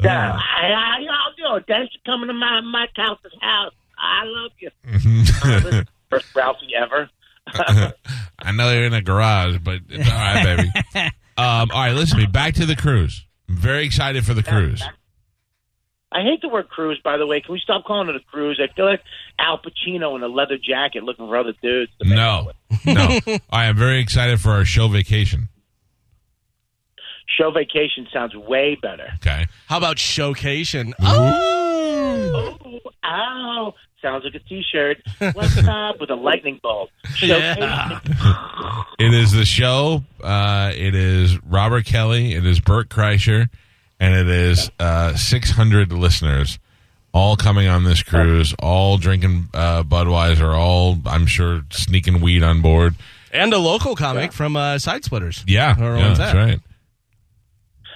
Speaker 3: yeah, I, I, I'll do it. Thanks for coming to my my Calvin's house. I love you. First Ralphie ever.
Speaker 2: I know you're in a garage, but it's all right, baby. Um, all right, listen to me. Back to the cruise. I'm very excited for the cruise.
Speaker 3: I hate the word cruise, by the way. Can we stop calling it a cruise? I feel like Al Pacino in a leather jacket looking for other dudes. to make out
Speaker 2: No.
Speaker 3: with.
Speaker 2: No. I am very excited for our show vacation.
Speaker 3: Show vacation sounds way better.
Speaker 2: Okay.
Speaker 5: How about showcation?
Speaker 3: Oh, ow. Sounds like a T-shirt. What's up with a lightning bolt?
Speaker 5: Yeah.
Speaker 2: It is the show. Uh, it is Robert Kelly. It is Burt Kreischer, and it is uh, 600 listeners, all coming on this cruise, all drinking uh, Budweiser, all I'm sure sneaking weed on board.
Speaker 5: And a local comic from uh, Side Splitters.
Speaker 2: Yeah,
Speaker 5: Or
Speaker 2: yeah,
Speaker 5: was
Speaker 2: that's
Speaker 5: that?
Speaker 2: right.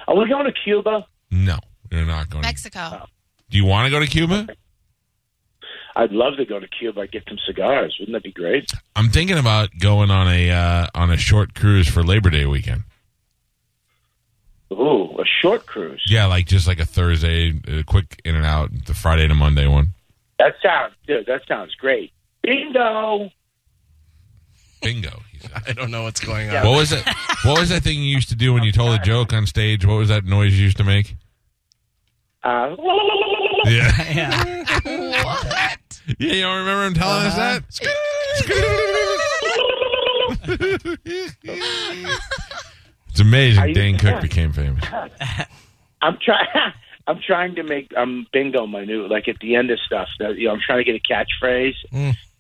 Speaker 3: Are we going to Cuba?
Speaker 2: No, you're not going. to
Speaker 6: Mexico.
Speaker 2: Do you want to go to Cuba?
Speaker 3: I'd love to go to Cuba. Get some cigars. Wouldn't that be great?
Speaker 2: I'm thinking about going on a uh, on a short cruise for Labor Day weekend.
Speaker 3: Ooh, a short cruise.
Speaker 2: Yeah, like just like a Thursday, a quick in and out, the Friday to Monday one.
Speaker 3: That sounds, dude. That sounds great. Bingo.
Speaker 2: Bingo. he said.
Speaker 5: I don't know what's going on.
Speaker 2: What was it? What was that thing you used to do when you told a joke on stage? What was that noise you used to make?
Speaker 3: Uh,
Speaker 2: Yeah,
Speaker 4: Yeah.
Speaker 6: what?
Speaker 2: yeah. You don't remember him telling us that? it's
Speaker 3: I
Speaker 2: amazing.
Speaker 3: used
Speaker 2: Dane
Speaker 3: to-
Speaker 2: Cook became famous.
Speaker 3: I'm trying. I'm trying to make um bingo my new like at the end of stuff. That, you know, I'm trying to get a catchphrase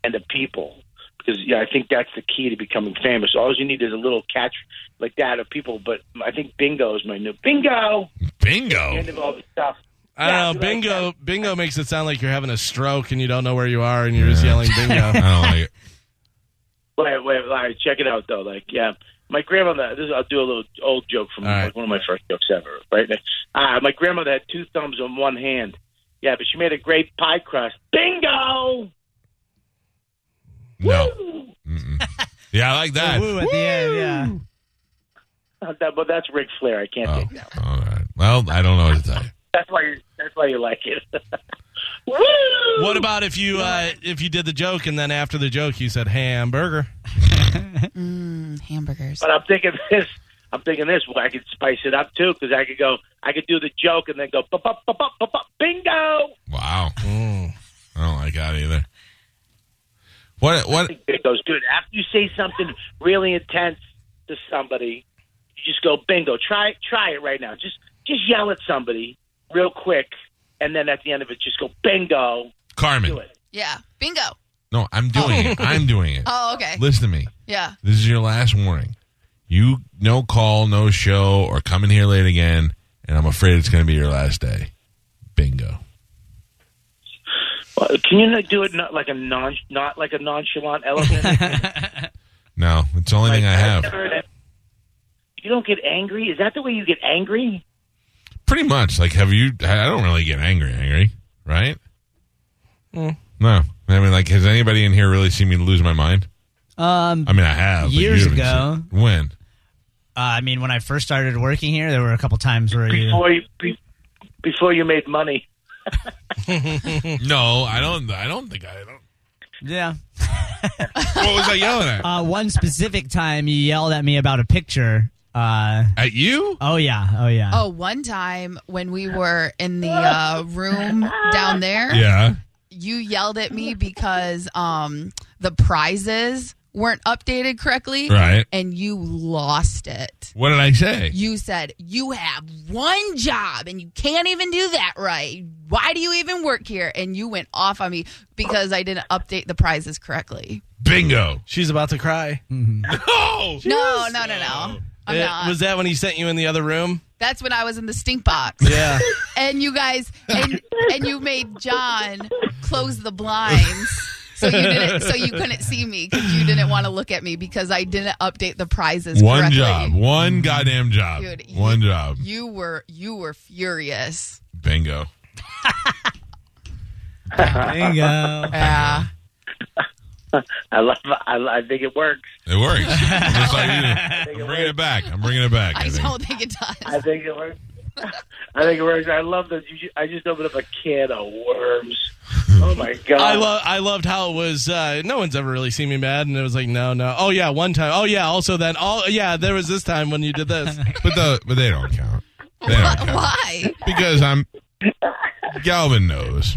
Speaker 3: and the people because yeah, I think that's the key to becoming famous. All you need is a little catch like that of people. But I think bingo is my new bingo.
Speaker 2: Bingo.
Speaker 3: End of all the stuff.
Speaker 5: I don't know. Uh, Bingo, bingo makes it sound like you're having a stroke and you don't know where you are and you're just yelling bingo.
Speaker 2: I don't like it.
Speaker 3: Wait, wait, all right, check it out though. Like, yeah, my grandmother. This is, I'll do a little old joke from
Speaker 5: All right.
Speaker 3: like, one of my first jokes ever. Right? Ah, my grandmother had two thumbs on one hand. Yeah, but she made a great pie crust. Bingo.
Speaker 2: No. Mm-mm. Yeah, I like that.
Speaker 4: Woo at the end. Yeah.
Speaker 3: Uh, That, but that's Ric Flair. I can't.
Speaker 2: Oh,
Speaker 3: Think.
Speaker 2: all right. Well, I don't know what to tell you.
Speaker 3: That's why you. That's why you like it. Woo!
Speaker 5: What about if you uh, if you did the joke and then after the joke you said hamburger?
Speaker 6: Mm, hamburgers.
Speaker 3: But I'm thinking this. I'm thinking this. Well, I could spice it up too because I could go. I could do the joke and then go. "Ba, ba, ba, ba, ba, ba, Bingo.
Speaker 2: Wow.
Speaker 3: Mm.
Speaker 2: I don't like that either. What? What?
Speaker 3: Bingo's good. After you say something really intense to somebody, you just go bingo. Try try it right now. Just just yell at somebody real quick, and then at the end of it, just go bingo.
Speaker 2: Carmen.
Speaker 3: Do it.
Speaker 6: Yeah. Bingo.
Speaker 2: No, I'm doing it. I'm doing it.
Speaker 6: Oh, okay.
Speaker 2: Listen to me.
Speaker 6: Yeah.
Speaker 2: This is your last warning. You no call, no show, or come in here late again, and I'm afraid it's going to be your last day. Bingo.
Speaker 3: Well, Uh, Can you not do it not like a non not like a nonchalant elephant?
Speaker 2: No, it's the only thing I have.
Speaker 3: You don't get angry. Is that the way you get angry?
Speaker 2: Pretty much. Like, have you? I I don't really get angry, angry, right?
Speaker 3: Mm.
Speaker 2: No. I mean, like, has anybody in here really seen me lose my mind?
Speaker 4: Um.
Speaker 2: I mean, I have. but you
Speaker 4: Years
Speaker 2: haven't
Speaker 4: ago.
Speaker 2: seen- When?
Speaker 4: Uh, I mean, when I first started working here, there were a couple times where you.
Speaker 3: Before you be, before you made money.
Speaker 2: No, I don't. I don't think I I don't.
Speaker 4: Yeah.
Speaker 2: What was I yelling at?
Speaker 4: Uh, one specific time you yelled at me about a picture. Uh,
Speaker 2: at you?
Speaker 4: oh yeah, oh yeah.
Speaker 6: Oh, one time when we were in the uh, room down there,
Speaker 2: Yeah.
Speaker 6: you yelled at me because um, the prizes weren't updated correctly,
Speaker 2: Right.
Speaker 6: And you lost it.
Speaker 2: What did I say?
Speaker 6: You said you have one job and you can't even do that right. Why do you even work here? And you went off on me because I didn't update the prizes correctly.
Speaker 2: Bingo.
Speaker 5: She's about to cry.
Speaker 2: Oh,
Speaker 6: No, no, no, no. I'm
Speaker 5: Uh,
Speaker 6: not.
Speaker 5: Was that when he sent you in the other room?
Speaker 6: That's when I was in the stink box.
Speaker 5: Yeah.
Speaker 6: and you guys and and you made John close the blinds. So you didn't so you couldn't see me because you didn't want to look at me because I didn't update the prizes
Speaker 2: one
Speaker 6: correctly.
Speaker 2: job. One goddamn job.
Speaker 6: Dude, you-
Speaker 2: one job.
Speaker 6: You were you were furious.
Speaker 2: Bingo.
Speaker 4: there you go.
Speaker 6: Yeah.
Speaker 3: I love. I, lo- I think it works.
Speaker 2: It works. Just like you do. I'm bringing it back. I'm bringing it back. I
Speaker 6: I
Speaker 2: think.
Speaker 6: don't think it
Speaker 3: I
Speaker 6: does.
Speaker 3: think it works. I think it works. I love that. You, ju- I just opened up a can of worms. Oh my god!
Speaker 5: I love. I loved how it was. Uh, no one's ever really seen me mad, and it was like, no, no. Oh yeah, one time. Oh yeah, also then. Oh yeah, there was this time when you did this.
Speaker 2: But the but they don't count. They don't
Speaker 6: Why?
Speaker 2: count.
Speaker 6: Why?
Speaker 2: Because I'm Galvin knows.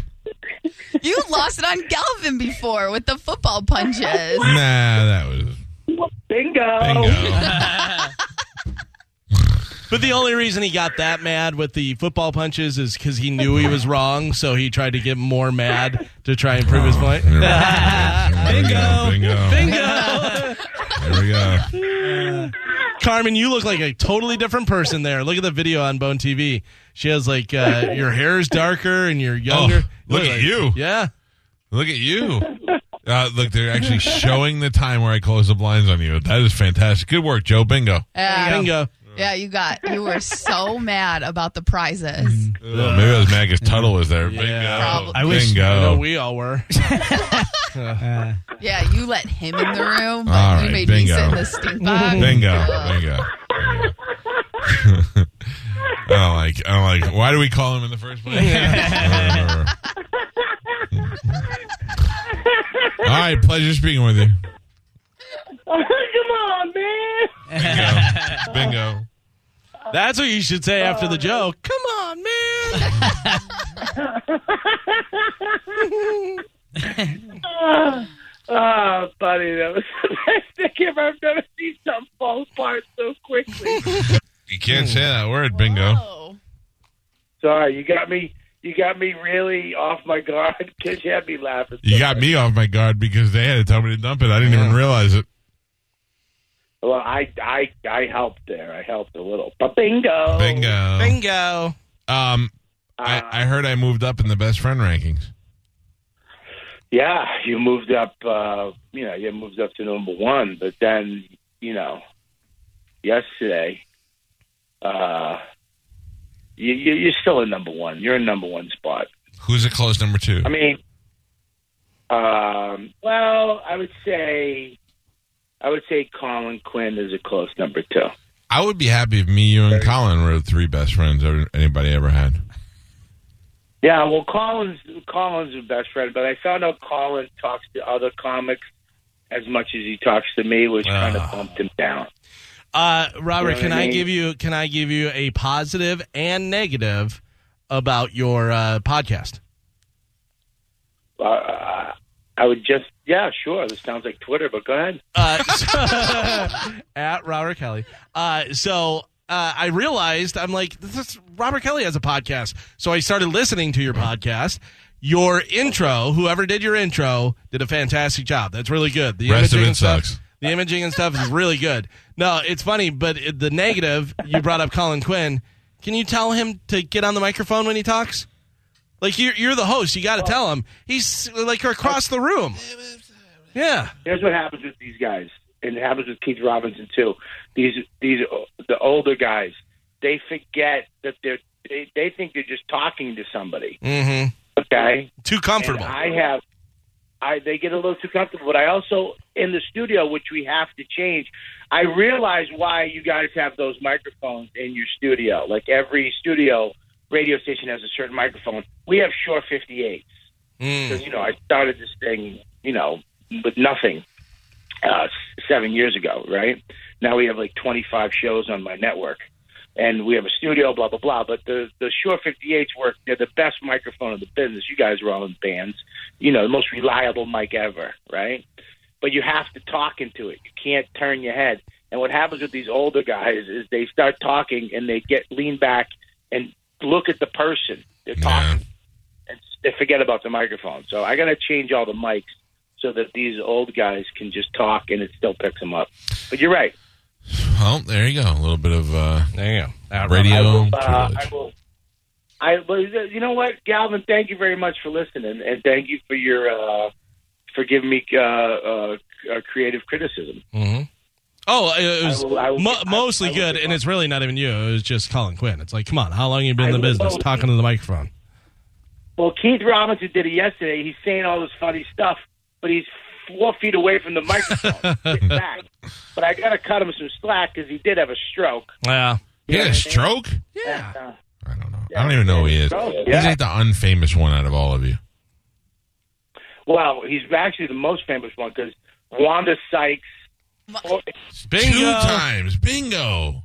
Speaker 6: You lost it on Galvin before with the football punches.
Speaker 2: Nah, that was
Speaker 3: bingo.
Speaker 2: bingo.
Speaker 5: But the only reason he got that mad with the football punches is because he knew he was wrong, so he tried to get more mad to try and
Speaker 2: Oh,
Speaker 5: prove his point.
Speaker 2: There we go. Bingo.
Speaker 5: Bingo!
Speaker 2: There we go.
Speaker 5: Carmen, you look like a totally different person there. Look at the video on Bone TV. She has like uh, your hair is darker and you're younger.
Speaker 2: Oh, look at
Speaker 5: like-
Speaker 2: you.
Speaker 5: Yeah.
Speaker 2: Look at you. Uh, look, they're actually showing the time where I closed the blinds on you. That is fantastic. Good work, Joe. Bingo.
Speaker 6: Yeah.
Speaker 5: Bingo.
Speaker 6: Yeah, you got you were so mad about the prizes.
Speaker 2: Ugh, maybe I was mad because Tuttle was there. Bingo.
Speaker 6: Probably.
Speaker 4: I wish-
Speaker 2: Bingo.
Speaker 5: I know we all were.
Speaker 4: Uh,
Speaker 6: Yeah, you let him in the room, but
Speaker 2: All
Speaker 6: you
Speaker 2: right,
Speaker 6: made me sit
Speaker 2: bingo.
Speaker 6: in the stink box.
Speaker 2: Bingo. Bingo. Bingo. I don't like. I don't like. Why do we call him in the first place? All right, pleasure speaking with you.
Speaker 8: Come on, man.
Speaker 2: Bingo. Bingo.
Speaker 5: That's what you should say after the joke. Come on, man.
Speaker 3: Oh, buddy, that was the best thing ever. I've never seen something fall apart so quickly.
Speaker 2: You can't say that word. Bingo.
Speaker 6: Oh.
Speaker 3: Sorry, you got me. You got me really off my guard because you had me laughing.
Speaker 2: You got me off my guard because they had to tell me to dump it. I didn't even realize it.
Speaker 3: Well, I, I, I helped there. I helped a little. But bingo,
Speaker 2: Bingo.
Speaker 5: Bingo.
Speaker 2: Um,
Speaker 3: Uh,
Speaker 2: I, I heard I moved up in the best friend rankings.
Speaker 3: Yeah, you moved up. Uh, you know, you moved up to number one. But then, you know, yesterday, uh, you, you, you're still in number one. You're in number one spot.
Speaker 2: Who's a close number two?
Speaker 3: I mean, um, well, I would say, I would say Colin Quinn is a close number two.
Speaker 2: I would be happy if me, you, and Colin were the three best friends ever, anybody ever had.
Speaker 3: Yeah, well, Colin's Colin's his best friend, but I found out Colin talks to other comics as much as he talks to me, which kind of bumped him down.
Speaker 5: Uh, Robert,
Speaker 3: You know what
Speaker 5: can
Speaker 3: I
Speaker 5: I
Speaker 3: mean?
Speaker 5: give you can I give you a positive and negative about your uh, podcast?
Speaker 3: Uh, I would just, yeah, sure. This sounds like Twitter, but go ahead.
Speaker 5: Uh, so- Uh, at Robert Kelly. Uh, so uh, I realized I'm like this is, Robert Kelly has a podcast, so I started listening to your podcast. Your intro, whoever did your intro, did a fantastic job. That's really good. The
Speaker 2: Rest of
Speaker 5: imaging
Speaker 2: it
Speaker 5: and stuff-
Speaker 2: sucks.
Speaker 5: The imaging and stuff is really good. No, it's funny, but it, the negative you brought up, Colin Quinn. Can you tell him to get on the microphone when he talks? Like you're, you're the host, you got to tell him. He's like across the room. Yeah.
Speaker 3: Here's what happens with these guys, and it happens with Keith Robinson too. These these the older guys, they forget that they're they, they think they're just talking to somebody.
Speaker 5: Mm-hmm.
Speaker 3: Okay,
Speaker 5: Too
Speaker 3: and
Speaker 5: comfortable.
Speaker 3: I have. I, they get a little too comfortable, but I also in the studio, which we have to change. I realize why you guys have those microphones in your studio. Like every studio radio station has a certain microphone. We have Shure 58s.
Speaker 5: Mm.
Speaker 3: because you know I started this thing, you know, with nothing uh, s- seven years ago, right? Now we have like 25 shows on my network, and we have a studio, blah blah blah. But the the Shure 58s work; they're the best microphone in the business. You guys are all in bands, you know, the most reliable mic ever, right? But you have to talk into it. You can't turn your head. And what happens with these older guys is they start talking and they get lean back and look at the person they're talking and s- forget about the microphone. So I got to change all the mics so that these old guys can just talk and it still picks them up. But you're right.
Speaker 2: Well, there you go. A little bit of uh,
Speaker 5: There you go. Outrun.
Speaker 2: radio.
Speaker 3: Uh,
Speaker 2: tutelage.
Speaker 3: I will. I well, you know what, Galvin? Thank you very much for listening, and thank you for your uh, for giving me uh, uh, uh, creative criticism.
Speaker 5: Mm-hmm. Oh, it was
Speaker 3: I will- I will-
Speaker 5: mo-
Speaker 3: I-
Speaker 5: mostly
Speaker 3: I will
Speaker 5: good,
Speaker 3: be
Speaker 5: and it's really not even you. It was just Colin Quinn. It's like, come on, how long you been in
Speaker 3: I
Speaker 5: the
Speaker 3: will-
Speaker 5: business talking to the microphone?
Speaker 3: Well, Keith Robinson did it yesterday. He's saying all this funny stuff, but he's four feet away from the microphone. Sit back. But I got to cut him some slack because he did have a stroke.
Speaker 5: Yeah.
Speaker 2: He had a stroke?
Speaker 3: Yeah. Uh,
Speaker 2: I don't know. I don't even know who he is. He's
Speaker 3: Yeah.
Speaker 2: like the unfamous one out of all of you.
Speaker 3: Well, he's actually the most famous one because Wanda Sykes.
Speaker 6: Wa-
Speaker 5: Bingo.
Speaker 2: Two times. Bingo.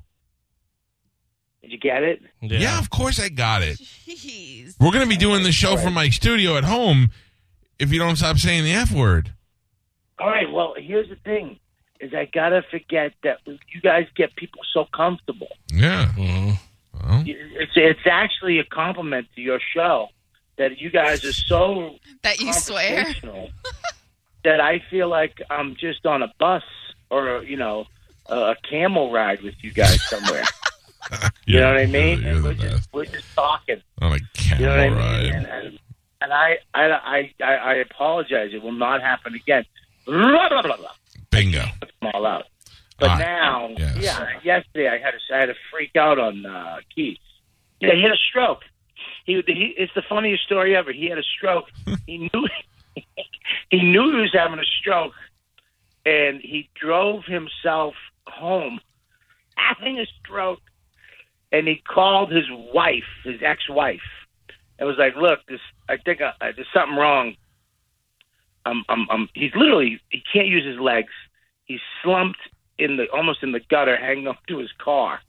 Speaker 3: Did you get it?
Speaker 2: Yeah. of course I got it.
Speaker 6: Jeez.
Speaker 2: We're going to be doing the show from my studio at home if you don't stop saying the F word.
Speaker 3: All right. Well, here's the thing: is I gotta forget that you guys get people so comfortable.
Speaker 2: Yeah. Well,
Speaker 3: It's it's actually a compliment to your show that you guys are so
Speaker 6: That you swear.
Speaker 3: conversational that I feel like I'm just on a bus or you know a, a camel ride with you guys somewhere. you know what I mean?
Speaker 2: You're, you're
Speaker 3: And
Speaker 2: the
Speaker 3: we're,
Speaker 2: best.
Speaker 3: just, we're just talking.
Speaker 2: On a camel
Speaker 3: You know what I mean?
Speaker 2: ride.
Speaker 3: And, and, and I, I I I I apologize. It will not happen again. Blah, blah, blah, blah.
Speaker 2: Bingo.
Speaker 3: Took them all out. But
Speaker 2: Ah,
Speaker 3: now,
Speaker 2: yes.
Speaker 3: Um, yeah, yesterday I had a, I had a freak out on uh, Keith. Yeah, he had a stroke. He, he it's the funniest story ever. He had a stroke. he knew he knew he was having a stroke, and he drove himself home having a stroke. And he called his wife, his ex-wife, and was like, "Look, this I think I, I, there's something wrong. I'm, I'm, I'm, he's literally he can't use his legs. He's slumped in the almost in the gutter, hanging up to his car,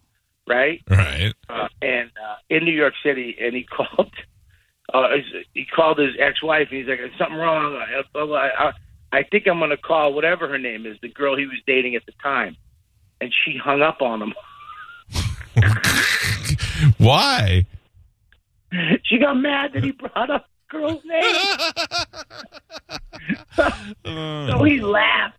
Speaker 3: right?
Speaker 2: Right.
Speaker 3: Uh, and uh, in New York City, and he called. Uh, his- he called his ex-wife, and he's like, "There's something wrong. I, blah, blah, I, I think I'm going to call whatever her name is, the girl he was dating at the time." And she hung up on him.
Speaker 2: Why?
Speaker 3: she got mad that he brought up the girl's name. So he laughed.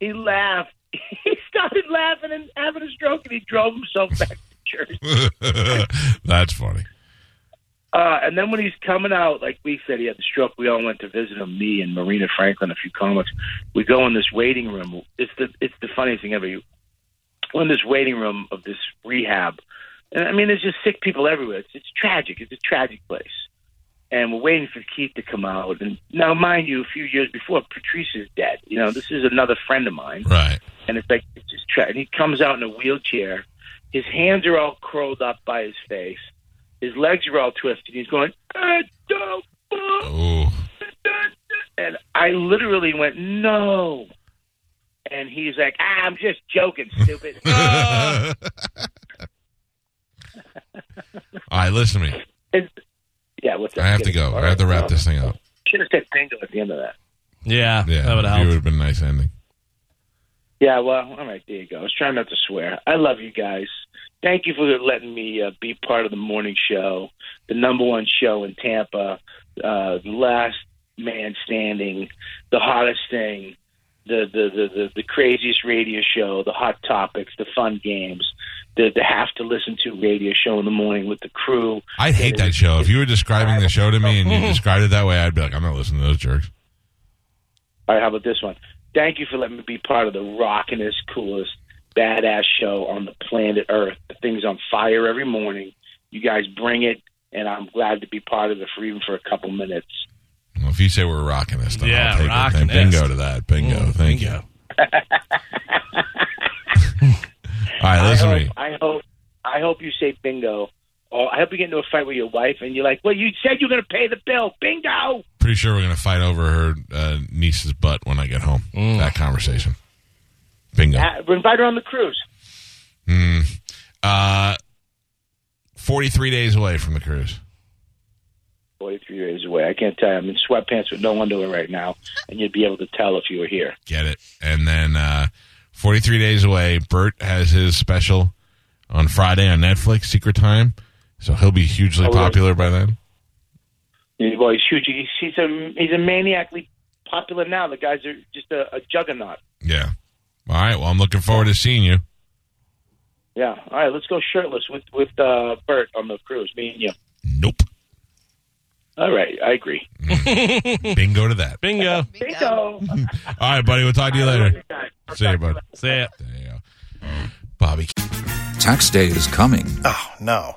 Speaker 3: He laughed. He started laughing and having a stroke, and he drove himself back to church.
Speaker 2: That's funny.
Speaker 3: Uh, and then when he's coming out, like we said, he had the stroke. We all went to visit him, me and Marina Franklin, a few comics. We go in this waiting room. It's the it's the funniest thing ever. You- We're in this waiting room of this rehab, and I mean, there's just sick people everywhere. It's it's tragic. It's a tragic place. And we're waiting for Keith to come out. And now, mind you, a few years before, Patrice is dead. You know, this is another friend of mine.
Speaker 2: Right.
Speaker 3: and it's like it's just tra- and he comes out in a wheelchair. His hands are all curled up by his face. His legs are all twisted. He's going, "I don't want
Speaker 2: Oh.
Speaker 3: that." and I literally went, no. And he's like, ah, I'm just joking, stupid.
Speaker 2: All right, listen to me.
Speaker 3: It's- yeah, what's up?
Speaker 2: I have to go. I have to wrap this thing up.
Speaker 3: Should have said bingo at the end of that.
Speaker 5: Yeah,
Speaker 2: Yeah,
Speaker 5: that would
Speaker 2: It
Speaker 5: help.
Speaker 2: would have been a nice ending.
Speaker 3: Yeah, well, all right, there you go. I was trying not to swear. I love you guys. Thank you for letting me uh, be part of the morning show, the number one show in Tampa, uh, the last man standing, the hottest thing, the the, the, the the craziest radio show, the hot topics, the fun games, the the have to listen to radio show in the morning with the crew.
Speaker 2: I hate that show. If you were describing the show to me and you described it that way, I'd be like, I'm not listening to those jerks.
Speaker 3: All right, how about this one? Thank you for letting me be part of the rockin'est, coolest, badass show on the planet Earth. The thing's on fire every morning. You guys bring it, and I'm glad to be part of it for even for a couple minutes.
Speaker 2: Well, if you say we're rocking this, then
Speaker 5: Yeah,
Speaker 2: I'll take it. Then
Speaker 5: rockin'est.
Speaker 2: Bingo to that. Bingo.
Speaker 5: Mm,
Speaker 2: Thank you.
Speaker 5: bingo.
Speaker 2: All right,
Speaker 3: I
Speaker 2: listen to
Speaker 3: hope,
Speaker 2: me.
Speaker 3: I hope, I hope you say bingo oh, I hope you get into a fight with your wife, and you're like, well, you said you were going to pay the bill. Bingo.
Speaker 2: Pretty sure we're going to fight over her uh, niece's butt when I get home. That conversation. Bingo.
Speaker 3: Uh, we invite her on the cruise.
Speaker 2: Mm. Uh, 43 days away from the cruise.
Speaker 3: 43 days away. I can't tell you. I'm in sweatpants with no underwear right now, and you'd be able to tell if you were here.
Speaker 2: Get it. And then uh, 43 days away, Bert has his special on Friday on Netflix, Secret Time. So he'll be hugely
Speaker 3: Oh, really?
Speaker 2: popular by then.
Speaker 3: Yeah, Well, he's huge. He's, he's a he's a maniacally popular now. The guys are just a, a juggernaut.
Speaker 2: Yeah. All right. Well, I'm looking forward to seeing you.
Speaker 3: Yeah. All right, let's go shirtless with with uh, Bert on the cruise. Me and you.
Speaker 2: Nope.
Speaker 3: All right, I agree.
Speaker 2: Bingo to that.
Speaker 5: Bingo.
Speaker 3: Bingo.
Speaker 2: All right, buddy. We'll talk to you later. See you, bud.
Speaker 5: See ya.
Speaker 2: There you go. Bobby.
Speaker 9: Tax day is coming,
Speaker 10: Oh, no.